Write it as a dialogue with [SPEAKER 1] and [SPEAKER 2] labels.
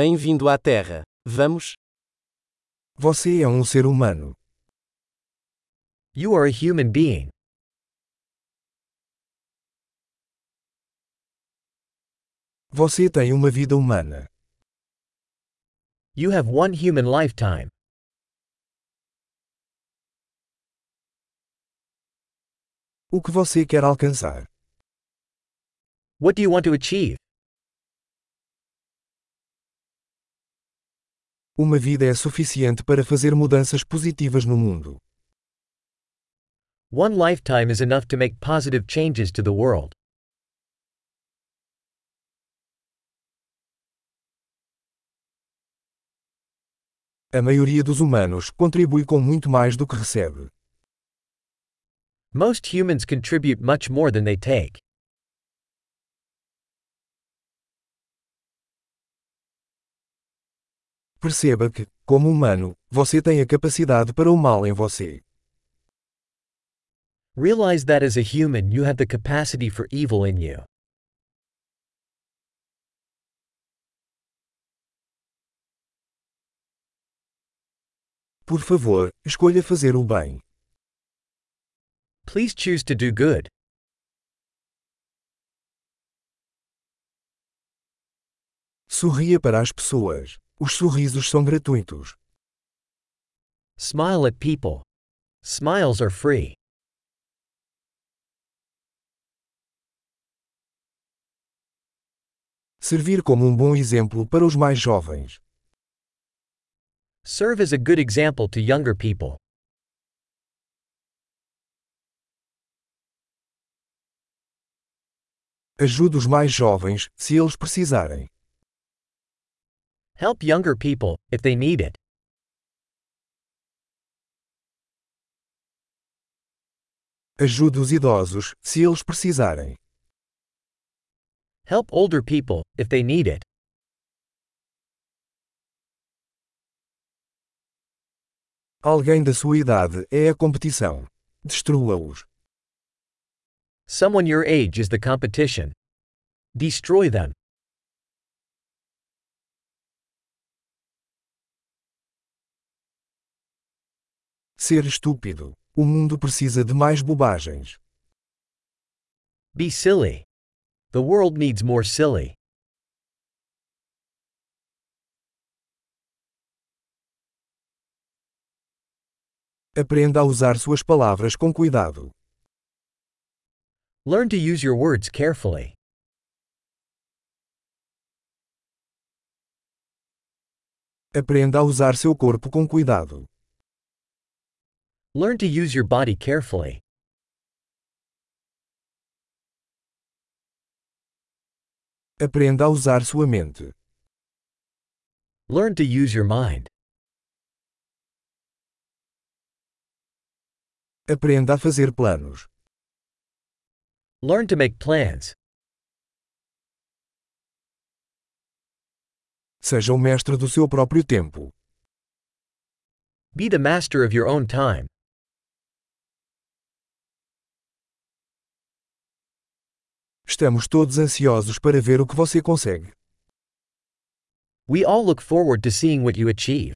[SPEAKER 1] Bem-vindo à Terra. Vamos?
[SPEAKER 2] Você é um ser humano.
[SPEAKER 3] You are a human being.
[SPEAKER 2] Você tem uma vida humana.
[SPEAKER 3] You have one human lifetime.
[SPEAKER 2] O que você quer alcançar?
[SPEAKER 3] What do you want to achieve?
[SPEAKER 2] Uma vida é suficiente para fazer mudanças positivas no mundo.
[SPEAKER 3] One lifetime is enough to make positive changes to the world.
[SPEAKER 2] A maioria dos humanos contribui com muito mais do que recebe.
[SPEAKER 3] Most humans contribute much more than they take.
[SPEAKER 2] Perceba que, como humano, você tem a capacidade para o mal em você.
[SPEAKER 3] Realize that as a human you have the capacity for evil in you.
[SPEAKER 2] Por favor, escolha fazer o bem.
[SPEAKER 3] Please choose to do good.
[SPEAKER 2] Sorria para as pessoas. Os sorrisos são gratuitos.
[SPEAKER 3] Smile at people. Smiles are free.
[SPEAKER 2] Servir como um bom exemplo para os mais jovens.
[SPEAKER 3] Serve as a good example to younger people.
[SPEAKER 2] Ajude os mais jovens, se eles precisarem.
[SPEAKER 3] Help younger people, if they need it.
[SPEAKER 2] Ajude os idosos, se eles precisarem.
[SPEAKER 3] Help older people, if they need it.
[SPEAKER 2] Alguém da sua idade é a competição. Destrua-os.
[SPEAKER 3] Someone your age is the competition. Destroy them.
[SPEAKER 2] Ser estúpido. O mundo precisa de mais bobagens.
[SPEAKER 3] Be silly. The world needs more silly.
[SPEAKER 2] Aprenda a usar suas palavras com cuidado.
[SPEAKER 3] Learn to use your words carefully.
[SPEAKER 2] Aprenda a usar seu corpo com cuidado.
[SPEAKER 3] Learn to use your body carefully.
[SPEAKER 2] Aprenda a usar sua mente.
[SPEAKER 3] Learn to use your mind.
[SPEAKER 2] Aprenda a fazer planos.
[SPEAKER 3] Learn to make plans.
[SPEAKER 2] Seja o mestre do seu próprio tempo.
[SPEAKER 3] Be the master of your own time.
[SPEAKER 2] Estamos todos ansiosos para ver o que você consegue.
[SPEAKER 3] We all look forward to seeing what you achieve.